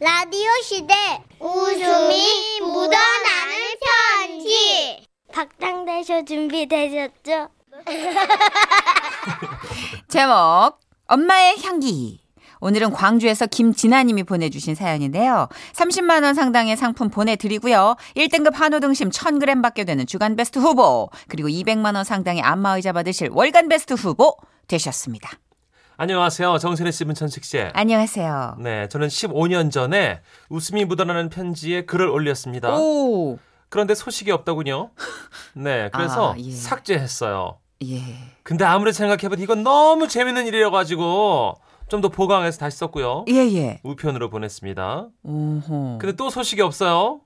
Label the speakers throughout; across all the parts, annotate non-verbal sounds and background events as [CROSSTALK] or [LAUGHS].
Speaker 1: 라디오 시대 웃음이 묻어나는 편지 박장대쇼 준비되셨죠?
Speaker 2: 제목 엄마의 향기 오늘은 광주에서 김진아님이 보내주신 사연인데요. 30만 원 상당의 상품 보내드리고요. 1등급 한우 등심 1,000g 받게 되는 주간 베스트 후보 그리고 200만 원 상당의 안마의자 받으실 월간 베스트 후보 되셨습니다.
Speaker 3: 안녕하세요. 정선혜 씨, 문천식 씨.
Speaker 2: 안녕하세요.
Speaker 3: 네, 저는 15년 전에 웃음이 묻어나는 편지에 글을 올렸습니다.
Speaker 2: 오,
Speaker 3: 그런데 소식이 없더군요. 네,
Speaker 2: [LAUGHS]
Speaker 3: 그래서
Speaker 2: 아, 예.
Speaker 3: 삭제했어요.
Speaker 2: 예.
Speaker 3: 근데 아무리 생각해봐도 이건 너무 재밌는 일이라 가지고 좀 더 보강해서 다시 썼고요.
Speaker 2: 예, 예.
Speaker 3: 우편으로 보냈습니다.
Speaker 2: 오호.
Speaker 3: 근데 또 소식이 없어요.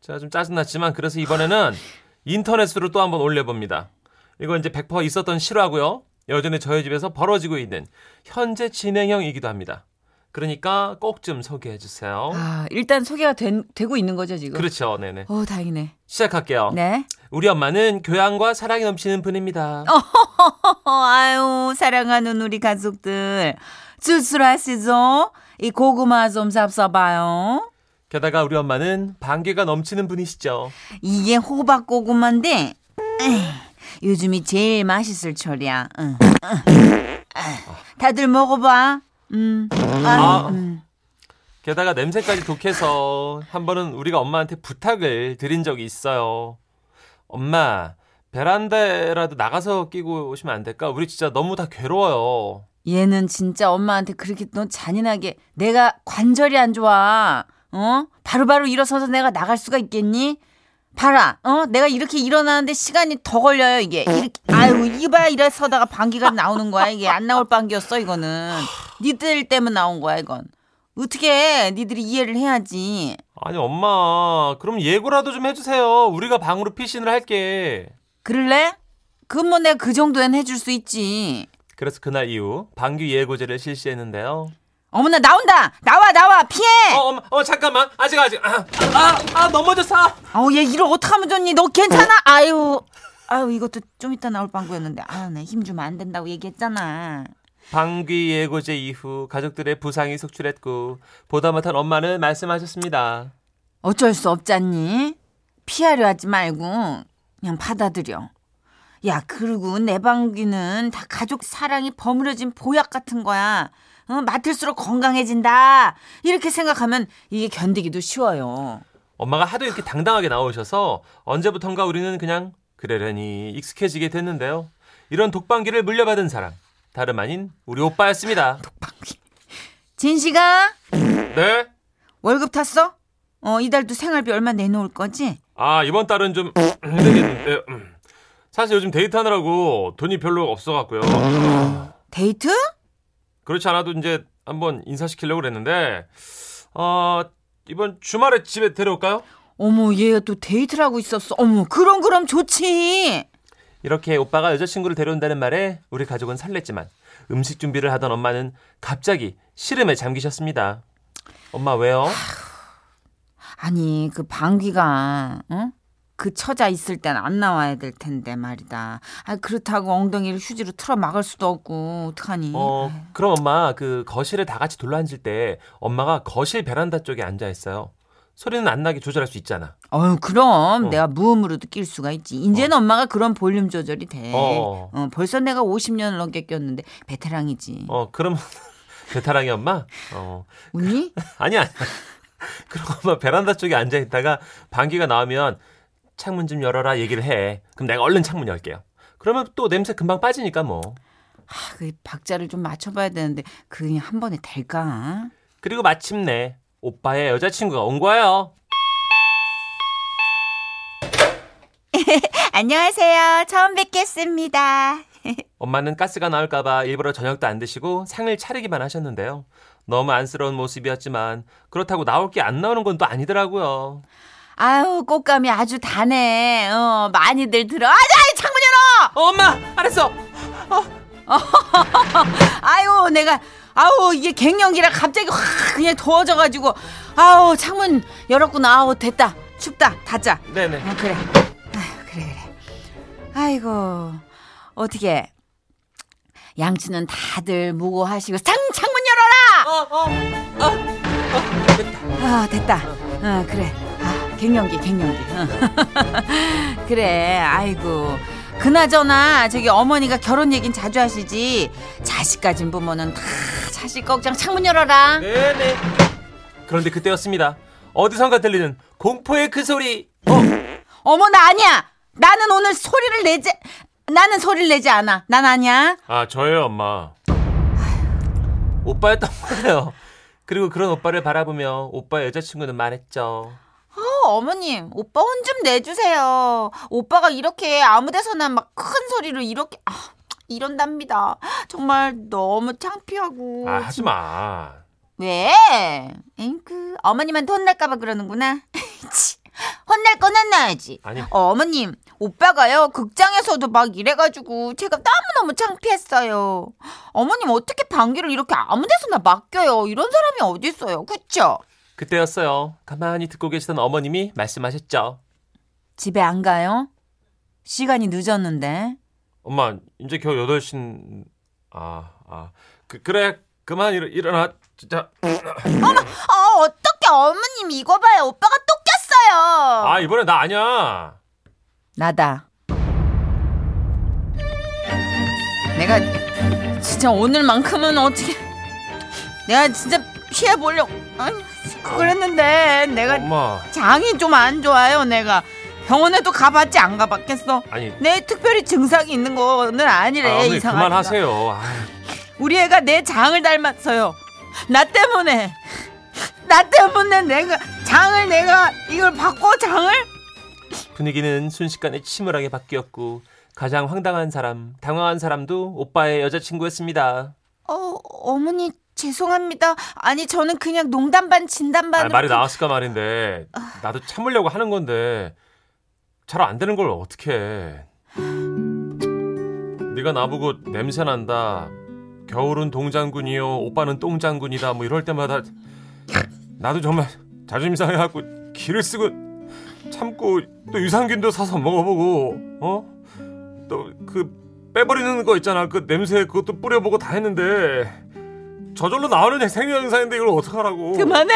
Speaker 3: 제가 좀 짜증났지만 그래서
Speaker 2: [LAUGHS]
Speaker 3: 이번에는 인터넷으로 또 한번 올려봅니다. 이거 이제 100% 있었던 실화고요. 여전히 저희 집에서 벌어지고 있는 현재 진행형이기도 합니다. 그러니까 꼭 좀 소개해 주세요.
Speaker 2: 아, 일단 소개가 된, 되고 있는 거죠, 지금?
Speaker 3: 그렇죠. 어? 네네.
Speaker 2: 오, 다행이네.
Speaker 3: 시작할게요.
Speaker 2: 네.
Speaker 3: 우리 엄마는 교양과 사랑이 넘치는 분입니다.
Speaker 2: 어, 아유, 사랑하는 우리 가족들. 쓸쓸하시죠? 이 고구마 좀 잡숴봐요.
Speaker 3: 게다가 우리 엄마는 반개가 넘치는 분이시죠.
Speaker 2: 이게 호박 고구마인데, 에이, 요즘이 제일 맛있을 철이야. 응. 아, 다들 먹어봐. 음. 아,
Speaker 3: 아.
Speaker 2: 음.
Speaker 3: 게다가 냄새까지 독해서 한 번은 우리가 엄마한테 부탁을 드린 적이 있어요. 엄마, 베란다라도 나가서 끼고 오시면 안 될까? 우리 진짜 너무 다 괴로워요.
Speaker 2: 얘는 진짜 엄마한테 그렇게 너 잔인하게 내가 관절이 안 좋아. 어? 바로바로 일어서서 내가 나갈 수가 있겠니? 봐라. 어? 내가 이렇게 일어나는데 시간이 더 걸려요, 이게. 이렇게 아유, 이봐 이래서다가 방귀가 나오는 거야. 이게 안 나올 방귀였어, 이거는. 니들 때문에 나온 거야, 이건. 어떻게 해? 니들이 이해를 해야지.
Speaker 3: 아니, 엄마, 그럼 예고라도 좀 해주세요. 우리가 방으로 피신을 할게.
Speaker 2: 그럴래? 그건 뭐 내가 그 정도엔 해줄 수 있지.
Speaker 3: 그래서 그날 이후 방귀 예고제를 실시했는데요.
Speaker 2: 어머나, 나온다! 나와, 나와! 피해!
Speaker 3: 어, 엄마, 어, 잠깐만. 아직, 아직. 아, 아, 아 넘어졌어.
Speaker 2: 아우 얘 이걸 어떡하면 좋니 너 괜찮아 아유 아유 이것도 좀 이따 나올 방구였는데 아유 내 힘 주면 안 된다고 얘기했잖아
Speaker 3: 방귀 예고제 이후 가족들의 부상이 속출했고, 보다 못한 엄마는 말씀하셨습니다.
Speaker 2: 어쩔 수 없잖니 피하려 하지 말고 그냥 받아들여 야 그리고 내 방귀는 다 가족 사랑이 버무려진 보약 같은 거야 어, 맡을수록 건강해진다 이렇게 생각하면 이게 견디기도 쉬워요
Speaker 3: 엄마가 하도 이렇게 당당하게 나오셔서 언제부턴가 우리는 그냥 그러려니 익숙해지게 됐는데요. 이런 독방기를 물려받은 사람 다름 아닌 우리 오빠였습니다.
Speaker 2: 진식아
Speaker 3: 네?
Speaker 2: 월급 탔어? 어 이달도 생활비 얼마 내놓을 거지?
Speaker 3: 아 이번 달은 좀 힘들겠는데 음. 사실 요즘 데이트하느라고 돈이 별로 없어갖고요.
Speaker 2: 데이트?
Speaker 3: 그렇지 않아도 이제 한번 인사시키려고 그랬는데 어, 이번 주말에 집에 데려올까요?
Speaker 2: 어머 얘가 또 데이트를 하고 있었어. 어머 그럼 그럼 좋지.
Speaker 3: 이렇게 오빠가 여자친구를 데려온다는 말에 우리 가족은 설렜지만 음식 준비를 하던 엄마는 갑자기 시름에 잠기셨습니다. 엄마 왜요?
Speaker 2: 아니 그 방귀가 응? 그 처자 있을 땐 안 나와야 될 텐데 말이다. 아 그렇다고 엉덩이를 휴지로 틀어 막을 수도 없고 어떡하니?
Speaker 3: 어 그럼 엄마 그 거실에 다 같이 둘러앉을 때 엄마가 거실 베란다 쪽에 앉아 있어요. 소리는 안 나게 조절할 수 있잖아.
Speaker 2: 어유 그럼
Speaker 3: 어.
Speaker 2: 내가 무음으로도 낄 수가 있지. 이제는 엄마가 그런 볼륨 조절이 돼.
Speaker 3: 어.
Speaker 2: 어, 벌써 내가 50년을 넘게 꼈는데 베테랑이지.
Speaker 3: 어 그럼 [LAUGHS] 베타랑이 엄마? 어
Speaker 2: 언니?
Speaker 3: 아니야. [LAUGHS] 아니야. 그럼 엄마 베란다 쪽에 앉아 있다가 방귀가 나오면 창문 좀 열어라 얘기를 해. 그럼 내가 얼른 창문 열게요. 그러면 또 냄새 금방 빠지니까 뭐.
Speaker 2: 아, 그 박자를 좀 맞춰봐야 되는데 그게 한 번에 될까?
Speaker 3: 그리고 마침내 오빠의 여자친구가 온 거예요.
Speaker 2: 안녕하세요. 처음 뵙겠습니다.
Speaker 3: 엄마는 가스가 나올까봐 일부러 저녁도 안 드시고 상을 차리기만 하셨는데요. 너무 안쓰러운 모습이었지만 그렇다고 나올 게 안 나오는 건 또 아니더라고요.
Speaker 2: 아유 꽃감이 아주 다네. 어 많이들 들어. 아자 창문 열어.
Speaker 3: 어, 엄마 알았어.
Speaker 2: 아유 내가 아우 이게 갱년기라 갑자기 확 그냥 더워져가지고 아우 창문 열었구나. 아우 됐다 춥다 닫자.
Speaker 3: 네네.
Speaker 2: 아 그래. 아유 그래 그래. 아이고 어떻게 양치는 다들 무고하시고 창 창문 열어라.
Speaker 3: 어, 어, 어, 어, 됐다.
Speaker 2: 아 됐다. 어, 그래. 아 갱년기 갱년기. 어. [LAUGHS] 그래. 아이고. 그나저나 저기 어머니가 결혼 얘긴 자주 하시지. 자식 가진 부모는 다 자식 걱정 창문 열어라.
Speaker 3: 네네. 그런데 그때였습니다. 어디선가 들리는 공포의 그 소리. 어?
Speaker 2: 어머 나 아니야. 나는 오늘 소리를 내지. 나는 소리를 내지 않아. 난 아니야.
Speaker 3: 아 저예요 엄마. 오빠였던 거예요. 그리고 그런 오빠를 바라보며 오빠 여자친구는 말했죠.
Speaker 2: 어, 어머님, 오빠 혼 좀 내주세요. 오빠가 이렇게 아무 데서나 막 큰 소리로 이렇게, 아, 이런답니다. 정말 너무 창피하고.
Speaker 3: 아 하지 마.
Speaker 2: 왜? 엥크, 어머님한테 혼날까봐 그러는구나. [LAUGHS] 치, 혼날 건 혼나야지.
Speaker 3: 아니.
Speaker 2: 어, 머님 오빠가요, 극장에서도 막 이래가지고, 제가 너무너무 창피했어요. 어머님, 어떻게 방귀를 이렇게 아무 데서나 맡겨요? 이런 사람이 어딨어요? 그쵸?
Speaker 3: 그때였어요. 가만히 듣고 계시던 어머님이 말씀하셨죠.
Speaker 2: 집에 안 가요? 시간이 늦었는데.
Speaker 3: 엄마 이제 겨우 8시 아, 아아그 그래 그만 일, 일어나 진짜
Speaker 2: 어, 어떻게 어머님 이거 봐요. 오빠가 또 꼈어요.
Speaker 3: 아 이번에 나 아니야.
Speaker 2: 나다. 내가 진짜 오늘만큼은 어떻게 내가 진짜 피해 보려고 아니, 그랬는데 내가
Speaker 3: 엄마
Speaker 2: 장이 좀 안 좋아요. 내가 병원에도 가봤지 안 가봤겠어.
Speaker 3: 아니
Speaker 2: 내 특별히 증상이 있는 거는 아니래
Speaker 3: 아, 어머니
Speaker 2: 네, 이상하니까.
Speaker 3: 그만하세요. 아,
Speaker 2: 우리 애가 내 장을 닮았어요. 나 때문에 나 때문에 내가 장을 내가 이걸 바꿔 장을
Speaker 3: 분위기는 순식간에 침울하게 바뀌었고 가장 황당한 사람, 당황한 사람도 오빠의 여자친구였습니다.
Speaker 2: 어 어머니 죄송합니다. 아니 저는 그냥 농담 반 진담
Speaker 3: 아,
Speaker 2: 반
Speaker 3: 말이 나왔을까 말인데
Speaker 2: 아.
Speaker 3: 나도 참으려고 하는 건데 잘 안 되는 걸 어떻게 해? 네가 나보고 냄새 난다. 겨울은 동장군이요, 오빠는 똥장군이다. 뭐 이럴 때마다 나도 정말 자존심 상해갖고 기를 쓰고 참고 또 유산균도 사서 먹어보고 어 또 그 빼버리는 거 있잖아 그 냄새 그것도 뿌려보고 다 했는데 저절로 나오는 생리현상인데 이걸 어떡하라고
Speaker 2: 그만해.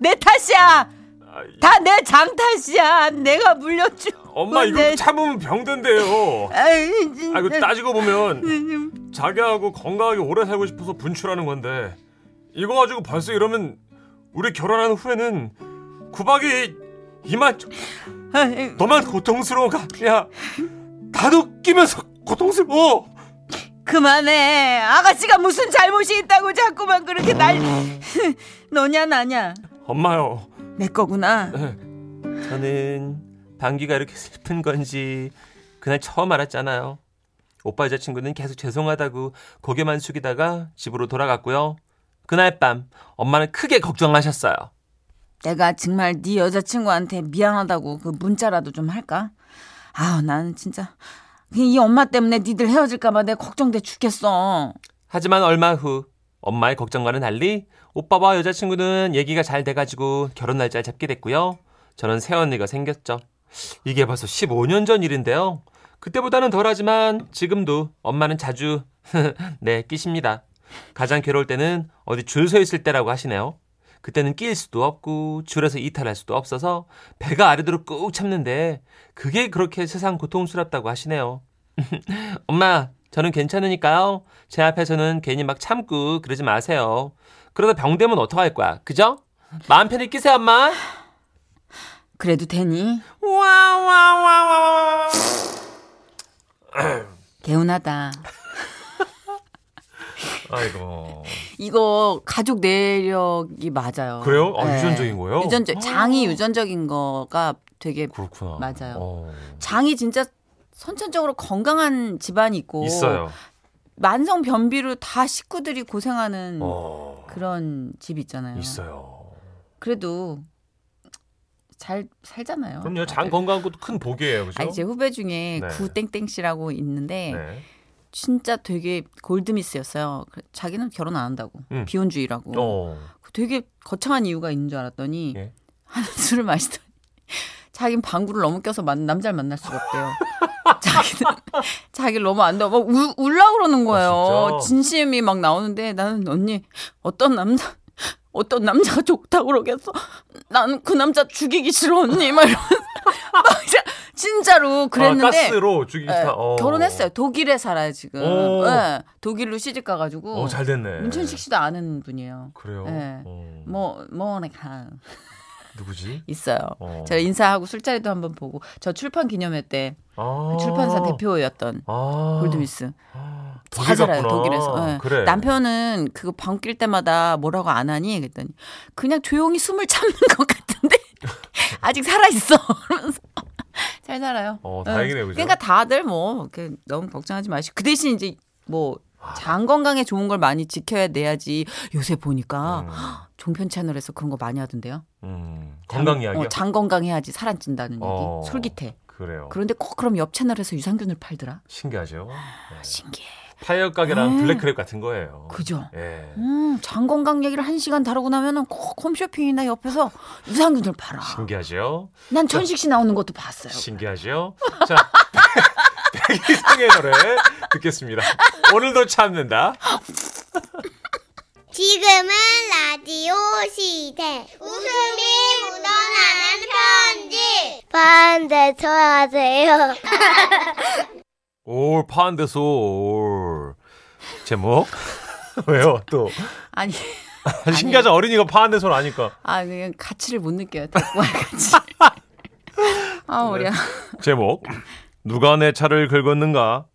Speaker 2: 내 탓이야.
Speaker 3: 아, 이-
Speaker 2: 다 내 장 탓이야. 내가 물렸죠.
Speaker 3: 엄마 이거
Speaker 2: 내-
Speaker 3: 참으면 병된대요.
Speaker 2: 아이 진짜.
Speaker 3: 아이고 따지고
Speaker 2: 음.
Speaker 3: 보면 자기하고 건강하게 오래 살고 싶어서 분출하는 건데 이거 가지고 벌써 이러면 우리 결혼한 후에는 구박이 이만
Speaker 2: 아이,
Speaker 3: 너만 고통스러운 거 아니야? 나도 끼면서 고통스러워.
Speaker 2: 그만해. 아가씨가 무슨 잘못이 있다고 자꾸만 그렇게 날 너냐 나냐.
Speaker 3: 엄마요.
Speaker 2: 내 거구나.
Speaker 3: 저는 방귀가 이렇게 슬픈 건지 그날 처음 알았잖아요. 오빠 여자친구는 계속 죄송하다고 고개만 숙이다가 집으로 돌아갔고요. 그날 밤 엄마는 크게 걱정하셨어요.
Speaker 2: 내가 정말 네 여자친구한테 미안하다고 그 문자라도 좀 할까? 아우 나는 진짜 그냥 이 엄마 때문에 니들 헤어질까봐 내가 걱정돼 죽겠어.
Speaker 3: 하지만 얼마 후 엄마의 걱정과는 달리 오빠와 여자친구는 얘기가 잘 돼가지고 결혼 날짜를 잡게 됐고요. 저는 새언니가 생겼죠. 이게 벌써 15년 전 일인데요. 그때보다는 덜하지만 지금도 엄마는 자주 [LAUGHS] 네 끼십니다. 가장 괴로울 때는 어디 줄 서 있을 때라고 하시네요. 그때는 낄 수도 없고 줄에서 이탈할 수도 없어서 배가 아래로 꾹 참는데 그게 그렇게 세상 고통스럽다고 하시네요. 엄마, 저는 괜찮으니까요. 제 앞에서는 괜히 막 참고 그러지 마세요. 그러다 병되면 어떡할 거야, 그죠? 마음 편히 끼세요, 엄마.
Speaker 2: 그래도 되니?
Speaker 3: 와와와와와.
Speaker 2: 개운하다.
Speaker 3: 아이고.
Speaker 2: 이거 가족 내력이 맞아요. 네.
Speaker 3: 그래요? 아, 유전적인 거예요? 아.
Speaker 2: 유전적 장이 유전적인 거가 되게
Speaker 3: 그렇구나.
Speaker 2: 맞아요.
Speaker 3: 어.
Speaker 2: 장이 진짜 선천적으로 건강한 집안이 있고
Speaker 3: 있어요.
Speaker 2: 만성 변비로 다 식구들이
Speaker 4: 음.
Speaker 2: 고생하는
Speaker 3: 어.
Speaker 2: 그런 집 있잖아요.
Speaker 3: 있어요.
Speaker 2: 그래도 잘
Speaker 4: 어?
Speaker 2: 살잖아요.
Speaker 3: 그럼요. 장
Speaker 2: 다들.
Speaker 3: 건강한 것도 큰 복이에요, 그죠?
Speaker 2: 아니 제 후배 중에
Speaker 3: 네.
Speaker 2: 구땡땡 씨라고 있는데
Speaker 3: 네.
Speaker 2: 진짜 되게 골드미스였어요. 그래- 자기는 결혼 안 한다고
Speaker 3: 음.
Speaker 2: 비혼주의라고.
Speaker 3: 어.
Speaker 2: 그 되게 거창한 이유가 있는 줄 알았더니
Speaker 3: 예.
Speaker 2: 한 술을
Speaker 4: [LAUGHS]
Speaker 2: 마시더니 자기는 방구를 너무 껴서 만- 남자를 만날 수가
Speaker 3: [LAUGHS]
Speaker 2: 없대요.
Speaker 4: [LAUGHS]
Speaker 2: 자기는 자기를 너무 안다. 막 울, 울라 그러는 거예요.
Speaker 3: 아, 진짜?
Speaker 2: 진심이 막 나오는데 나는 언니 어떤 남자
Speaker 4: 어떤 남자가 좋다고 그러겠어. 난 그 남자 죽이기 싫어 언니. 막
Speaker 3: [LAUGHS]
Speaker 4: 이러면서 막 진짜- 진짜로 그랬는데
Speaker 3: 아, 가스로 죽이기
Speaker 4: 예,
Speaker 3: 싫다. 어.
Speaker 4: 결혼했어요. 독일에 살아요 지금.
Speaker 3: 오.
Speaker 4: 예, 독일로 시집 가가지고
Speaker 3: 어, 잘 됐네.
Speaker 4: 문천식 씨도 아는 분이에요.
Speaker 3: 그래요.
Speaker 4: 예.
Speaker 3: 어.
Speaker 4: 뭐 뭐네가
Speaker 3: 누구지?
Speaker 4: 있어요.
Speaker 3: 어.
Speaker 4: 제가 인사하고 술자리도 한번 보고 저 출판 기념회 때
Speaker 3: 아.
Speaker 4: 출판사 대표였던
Speaker 3: 아.
Speaker 4: 골드미스
Speaker 3: 아, 독일
Speaker 4: 잘 살아요
Speaker 3: 같구나.
Speaker 4: 독일에서. 예.
Speaker 3: 그래.
Speaker 4: 남편은 그거 밤길 때마다 뭐라고 안 하니 그랬더니 그냥 조용히 숨을 참는 것 같은데 [LAUGHS] 아직 살아 있어. 그러면서 [LAUGHS] 잘 살아요.
Speaker 3: 어,
Speaker 4: 예.
Speaker 3: 다행이네요, 그죠?
Speaker 4: 그러니까 다들 뭐 이렇게 너무 걱정하지 마시고 그 대신 이제 뭐
Speaker 3: 아.
Speaker 4: 장 건강에 좋은 걸 많이 지켜야 내야지 요새
Speaker 3: 어.
Speaker 4: 보니까 종편 채널에서 그런 거 많이 하던데요.
Speaker 3: 음, 음.
Speaker 4: 장-
Speaker 3: 건강 이야기요.
Speaker 4: 어, 장 건강해야지 살 안 찐다는 얘기.
Speaker 3: 어.
Speaker 4: 솔깃해.
Speaker 3: 그래요.
Speaker 4: 그런데 꼭 그럼 옆 채널에서 유산균을 팔더라. 아,
Speaker 3: 신기하죠. 네.
Speaker 4: 신기해.
Speaker 3: 파이어 가게랑 블랙크랩 같은 거예요.
Speaker 4: 음. 그죠?
Speaker 3: 예.
Speaker 4: 음, 장 건강 얘기를 한 시간 다루고 나면은 꼭 홈쇼핑이나 옆에서 유산균을 팔아.
Speaker 3: 신기하죠.
Speaker 4: 난 천식 씨 나오는 것도 봤어요.
Speaker 3: 신기하죠. 자, [LAUGHS] 백이성의 노래 듣겠습니다. 오늘도 참는다.
Speaker 1: 지금은 라디오 시대. 웃음이 묻어나는 편지. 반대서 하세요.
Speaker 3: 올 파한데솔 제목 [LAUGHS] 왜요 또
Speaker 4: 아니, [LAUGHS]
Speaker 3: 아니, 신기하죠 어린이가 파한데솔 아니까
Speaker 4: 아 그냥 가치를 못 느껴요. 대구와의
Speaker 3: [LAUGHS]
Speaker 4: 가치. 아,
Speaker 3: 네.
Speaker 4: 우리야.
Speaker 3: 제목 누가 내 차를 긁었는가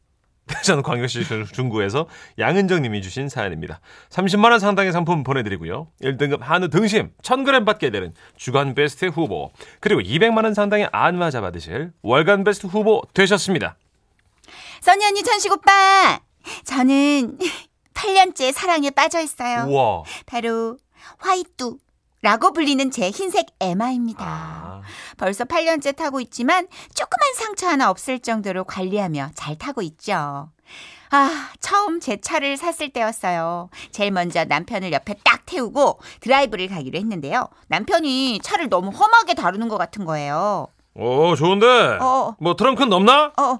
Speaker 3: 대전 광역시 중구에서 양은정 님이 주신 사연입니다. 30만 원 상당의 상품 보내드리고요. 1등급 한우 등심 1000g 받게 되는 주간 베스트 후보 그리고 200만 원 상당의 안마자 받으실 월간 베스트 후보 되셨습니다.
Speaker 2: 써니 언니, 천식 오빠.
Speaker 4: [LAUGHS]
Speaker 2: 저는 8년째 사랑에 빠져 있어요.
Speaker 3: 우와
Speaker 2: 바로 화이뚜라고 불리는 제 흰색 에마입니다.
Speaker 3: 아,
Speaker 2: 벌써 8년째 타고 있지만 조그만 상처 하나 없을 정도로 관리하며 잘 타고 있죠. 아, 처음 제 차를 샀을 때였어요. 제일 먼저 남편을 옆에 딱 태우고 드라이브를 가기로 했는데요. 남편이 차를 너무 험하게 다루는 것 같은 거예요.
Speaker 3: 오 좋은데
Speaker 2: 어.
Speaker 3: 뭐 트렁크는 넘나?
Speaker 2: 어, 어,
Speaker 3: [CLEARS THROAT]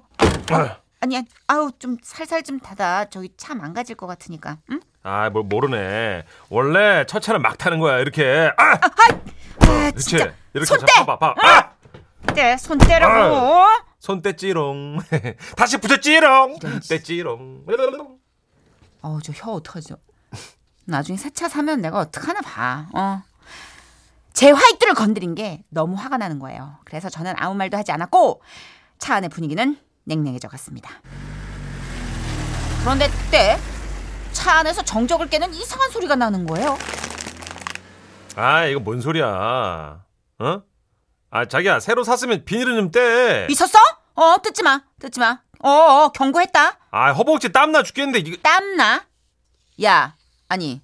Speaker 2: 아니, 아니, 아우, 좀 살살 좀 닫아. 저기 차 망가질 것 같으니까. 응?
Speaker 3: 아, 뭘 모르네. 원래 첫 차는 막 타는 거야. 이렇게. 아!
Speaker 2: 아,
Speaker 3: 그치?
Speaker 2: 진짜.
Speaker 3: 이렇게
Speaker 2: 손 떼!
Speaker 3: 자, 봐봐, 봐. 아!
Speaker 2: 떼, 손 떼라고.
Speaker 3: 손 떼찌롱. [LAUGHS] 다시 붙였찌롱. 떼찌롱.
Speaker 2: 어우, 저 혀 어떡하죠? 나중에 새 차 사면 내가 어떡하나 봐. 어. 제 화이트를 건드린 게 너무 화가 나는 거예요. 그래서 저는 아무 말도 하지 않았고 차 안의 분위기는 냉랭해져 갔습니다. 그런데 그때 차 안에서 정적을 깨는 이상한 소리가 나는 거예요.
Speaker 3: 아, 이거 뭔 소리야. 어? 아, 자기야, 새로 샀으면 비닐은 좀 떼.
Speaker 2: 있었어? 어, 듣지 마. 듣지 마. 어, 어 경고했다.
Speaker 3: 아, 허벅지 땀나 죽겠는데. 이거.
Speaker 2: 땀나? 야, 아니,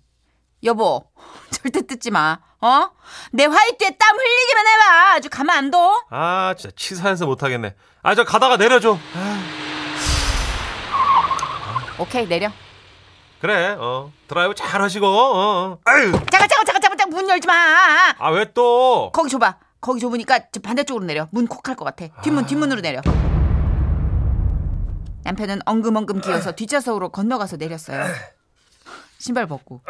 Speaker 2: 여보, [LAUGHS] 절대 뜯지 마. 어? 내 화이트에 땀 흘리기만 해봐. 아주 가만 안 둬.
Speaker 3: 아, 진짜 치사해서 못하겠네. 아, 저 가다가 내려줘.
Speaker 2: 오케이, 내려.
Speaker 3: 그래, 어. 드라이브 잘 하시고, 어, 어. 아유!
Speaker 2: 잠깐, 잠깐, 잠깐, 잠깐, 잠깐, 문 열지 마.
Speaker 3: 아, 왜 또?
Speaker 2: 거기 줘봐. 거기 좁으니까 저 반대쪽으로 내려. 문 콕할 것 같아. 뒷문, 뒷문으로 내려. 남편은 엉금엉금 기어서 뒷좌석으로 건너가서 내렸어요. 신발 벗고.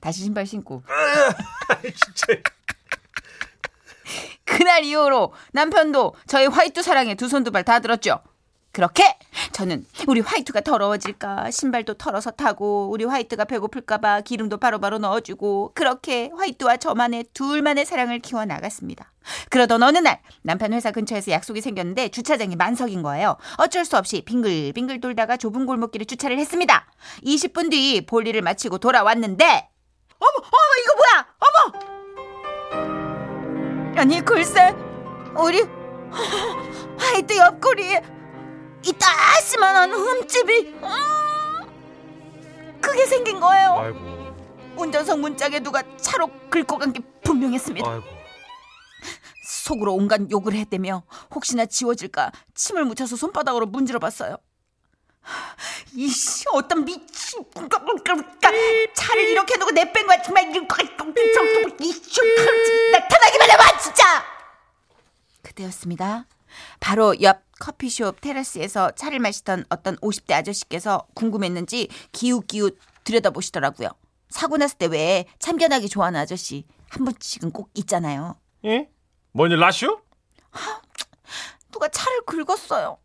Speaker 2: 다시 신발 신고.
Speaker 3: 진짜.
Speaker 2: 그날 이후로 남편도 저희 화이트 사랑에 두 손 두 발 다 들었죠. 그렇게 저는 우리 화이트가 더러워질까 신발도 털어서 타고 우리 화이트가 배고플까봐 기름도 바로바로 넣어주고 그렇게 화이트와 저만의 둘만의 사랑을 키워 나갔습니다. 그러던 어느 날 남편 회사 근처에서 약속이 생겼는데 주차장이 만석인 거예요. 어쩔 수 없이 빙글빙글 돌다가 좁은 골목길에 주차를 했습니다. 20분 뒤 볼일을 마치고 돌아왔는데 어머 어머 이거 뭐야 어머 아니 글쎄 우리 화이트 옆구리에 이 따스만한 흠집이 음, 크게 생긴 거예요
Speaker 3: 아이고,
Speaker 2: 운전석 문짝에 누가 차로 긁고 간 게 분명했습니다
Speaker 3: 아이고.
Speaker 2: 속으로 온갖 욕을 해대며 혹시나 지워질까 침을 묻혀서 손바닥으로 문질러봤어요 이씨 어떤 미친 꿀꺽꿀꺽꿀꺽. 차를 이렇게 해놓고 내뺀 거야 정말 이럴 거야 이씨 나타나기만 해봐 진짜 그때였습니다. 바로 옆 커피숍 테라스에서 차를 마시던 어떤 50대 아저씨께서 궁금했는지 기웃기웃 들여다보시더라고요. 사고 났을 때 왜 참견하기 좋아하는 아저씨 한 번씩은 꼭 있잖아요.
Speaker 3: 예? 뭐니 라쇼?
Speaker 2: 누가 차를 긁었어요.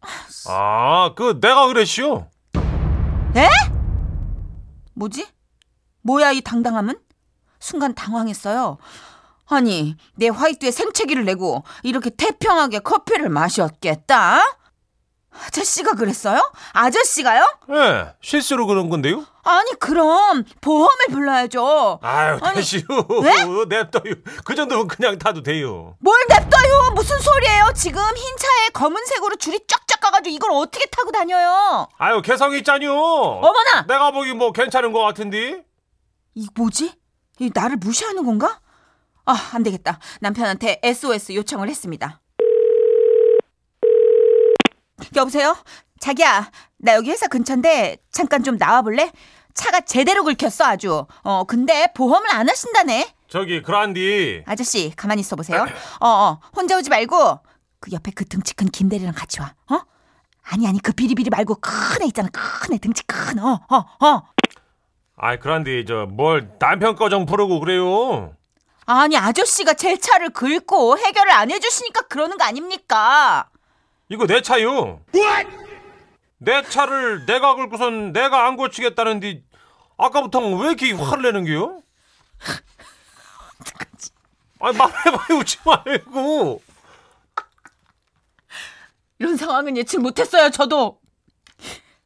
Speaker 3: 아, 그 내가 그랬슈.
Speaker 2: 뭐지? 뭐야 이 당당함은? 순간 당황했어요. 아니 내 화이트에 생채기를 내고 이렇게 태평하게 커피를 마셨겠다? 아저씨가 그랬어요? 아저씨가요?
Speaker 3: 예, 실수로 그런 건데요.
Speaker 2: 아니 그럼 보험을 불러야죠.
Speaker 3: 아유,
Speaker 2: 아니,
Speaker 3: 다시요. [LAUGHS] 냅둬요. 그 정도면 그냥 타도 돼요.
Speaker 2: 뭘 냅둬요? 무슨 소리예요? 지금 흰 차에 검은색으로 줄이 쫙쫙 가가지고 이걸 어떻게 타고 다녀요?
Speaker 3: 아유, 개성 있잖요.
Speaker 2: 어머나!
Speaker 3: 내가 보기 뭐 괜찮은 것 같은데.
Speaker 2: 이 뭐지? 이 나를 무시하는 건가? 아, 안 되겠다. 남편한테 SOS 요청을 했습니다. 여보세요? 자기야, 나 여기 회사 근처인데 잠깐 좀 나와볼래? 차가 제대로 긁혔어, 아주. 어, 근데 보험을 안 하신다네.
Speaker 3: 저기 그란디.
Speaker 2: 아저씨, 가만히 있어 보세요. 어, 어, 혼자 오지 말고 그 옆에 그 등치 큰 김대리랑 같이 와. 어? 아니, 아니, 그 비리비리 말고 큰 애 있잖아. 큰 애 등치 큰, 어, 어, 어.
Speaker 3: 아이, 그란디 저 뭘 남편 거정 부르고 그래요.
Speaker 2: 아니 아저씨가 제 차를 긁고 해결을 안 해주시니까 그러는 거 아닙니까?
Speaker 3: 이거 내 차요. 내 차를 내가 긁고선 내가 안 고치겠다는데 아까부터 왜 이렇게 화를 내는 게요? 아니 말해봐요 웃지 말고
Speaker 2: 이런 상황은 예측 못했어요 저도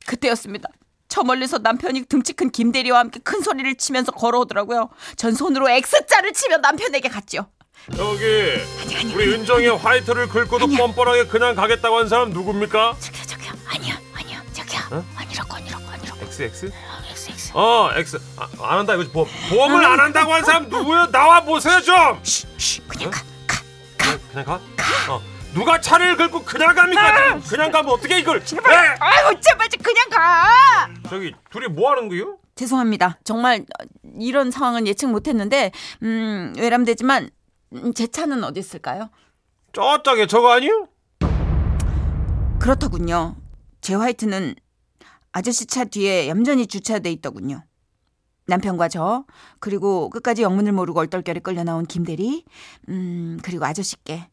Speaker 2: 그때였습니다 저 멀리서 남편이 등치 큰 김대리와 함께 큰 소리를 치면서 걸어오더라고요 전 손으로 X자를 치며 남편에게 갔죠
Speaker 3: 여기 우리 은정이 화이트를 긁고도 뻔뻔하게 그냥 가겠다고 한 사람 누굽니까?
Speaker 2: 저기요 저기요 아니야 아니야 저기요 아니라고 아니라고 아니라고
Speaker 3: XX?
Speaker 2: X X
Speaker 3: 어 X 아, 안 한다 이거지 보험 보험을 안 한다고 한 사람 누구예요? 나와 보세요 좀
Speaker 2: 그냥 가
Speaker 3: 그냥, 그냥 가? 어, 누가 차를 긁고 그냥 갑니까? 그냥 가면 어떻게 이걸 에!
Speaker 2: 아이고 제발 좀 그냥 가
Speaker 3: 저기 둘이 뭐 하는 거요?
Speaker 2: 죄송합니다. 정말 이런 상황은 예측 못했는데 음, 외람되지만 음, 제 차는 어디 있을까요?
Speaker 3: 저쪽에 저거 아니요?
Speaker 2: 그렇더군요. 제 화이트는 아저씨 차 뒤에 얌전히 주차돼 있더군요. 남편과 저 그리고 끝까지 영문을 모르고 얼떨결에 끌려 나온 김 대리 음 그리고 아저씨께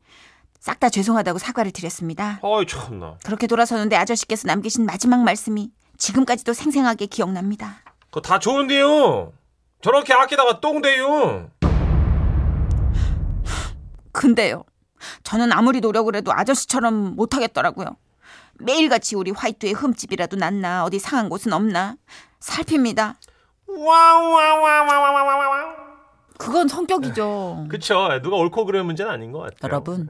Speaker 2: 싹 다 죄송하다고 사과를 드렸습니다.
Speaker 3: 아이 참나
Speaker 2: 그렇게 돌아서는데 아저씨께서 남기신 마지막 말씀이 지금까지도 생생하게 기억납니다.
Speaker 3: 그거 다 좋은데요 저렇게 아끼다가 똥돼요
Speaker 2: 근데요. 저는 아무리 노력을 해도 아저씨처럼 못하겠더라고요. 매일같이 우리 화이트의 흠집이라도 났나 어디 상한 곳은 없나 살핍니다.
Speaker 3: 와와와와와와와
Speaker 2: 그건 성격이죠.
Speaker 3: 네. 그쵸 누가 옳고 그른 문제는 아닌 것 같아요
Speaker 2: 여러분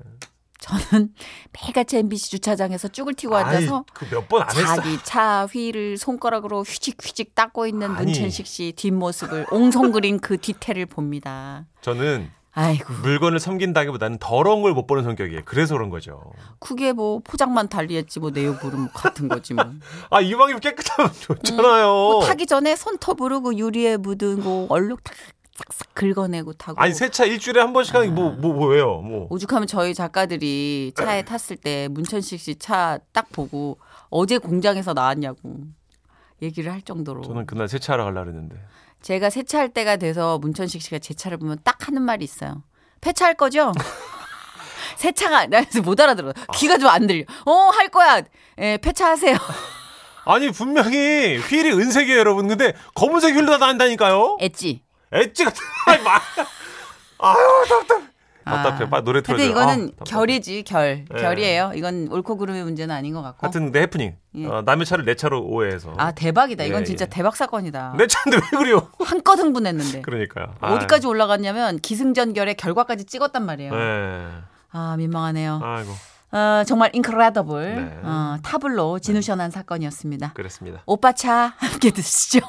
Speaker 2: 저는 매일같이 MBC 주차장에서 쭉을 튀고 앉아서
Speaker 3: 그몇 번 안 했어
Speaker 5: 자기 차 휠을 손가락으로 휘직휘직 닦고 있는
Speaker 3: 아니.
Speaker 5: 문천식 씨 뒷모습을 옹성그린 그 뒤태를 봅니다.
Speaker 3: 저는
Speaker 2: 그
Speaker 5: 아이고
Speaker 3: 물건을 섬긴다기보다는 더러운 걸 못 보는 성격이에요 그래서 그런 거죠
Speaker 5: 크게 뭐 포장만 달리했지 뭐 내용물은 뭐 같은 거지
Speaker 3: [LAUGHS]
Speaker 5: 뭐.
Speaker 3: 아 이왕이면 깨끗하면 [LAUGHS] 좋잖아요
Speaker 5: 뭐 타기 전에 손톱으로 그 유리에 묻은 거 얼룩 탁 싹싹 긁어내고 타고.
Speaker 3: 아니 세차 일주일에 한 번씩 하는 게뭐뭐 뭐예요 뭐
Speaker 5: 오죽하면 저희 작가들이
Speaker 3: 네.
Speaker 5: 차에 탔을 때 문천식 씨 차 딱 보고 어제 공장에서 나왔냐고 얘기를 할 정도로
Speaker 3: 저는 그날 세차하러 가려 그랬는데
Speaker 5: 제가 세차할 때가 돼서 문천식 씨가 제 차를 보면 딱 하는 말이 있어요. 폐차할 거죠? [LAUGHS] 세차가 나서 못 알아들어. 귀가 좀 안 들려. 어 할 거야. 예, 폐차하세요. [LAUGHS]
Speaker 3: 아니 분명히 휠이 은색이에요 여러분 근데 검은색 휠로 다 다닌다니까요
Speaker 5: 엣지.
Speaker 3: 엣지 같은
Speaker 5: 어?
Speaker 3: 아이 말 아유 답답 답답해 빨리 노래 틀어줘
Speaker 5: 근데 이거는
Speaker 3: 아, 답답해.
Speaker 5: 결이지 결
Speaker 3: 예.
Speaker 5: 결이에요. 이건 옳고 그름의 문제는 아닌 것 같고.
Speaker 3: 하여튼 근데 해프닝 어, 남의 차를 내 차로 오해해서
Speaker 5: 예. 아 대박이다. 이건
Speaker 3: 예,
Speaker 5: 진짜
Speaker 3: 예.
Speaker 5: 대박 사건이다.
Speaker 3: 내 차인데 왜 그래요
Speaker 5: 한껏 흥분했는데.
Speaker 3: 그러니까요 아이,
Speaker 5: 어디까지 올라갔냐면 기승전결의 결과까지 찍었단 말이에요.
Speaker 3: 네.
Speaker 5: 아 민망하네요.
Speaker 3: 아이고
Speaker 5: 어, 정말 인크레더블
Speaker 3: 네.
Speaker 5: 어, 타블로 진우션한 사건이었습니다.
Speaker 3: 그랬습니다
Speaker 5: 오빠 차 함께 드시죠.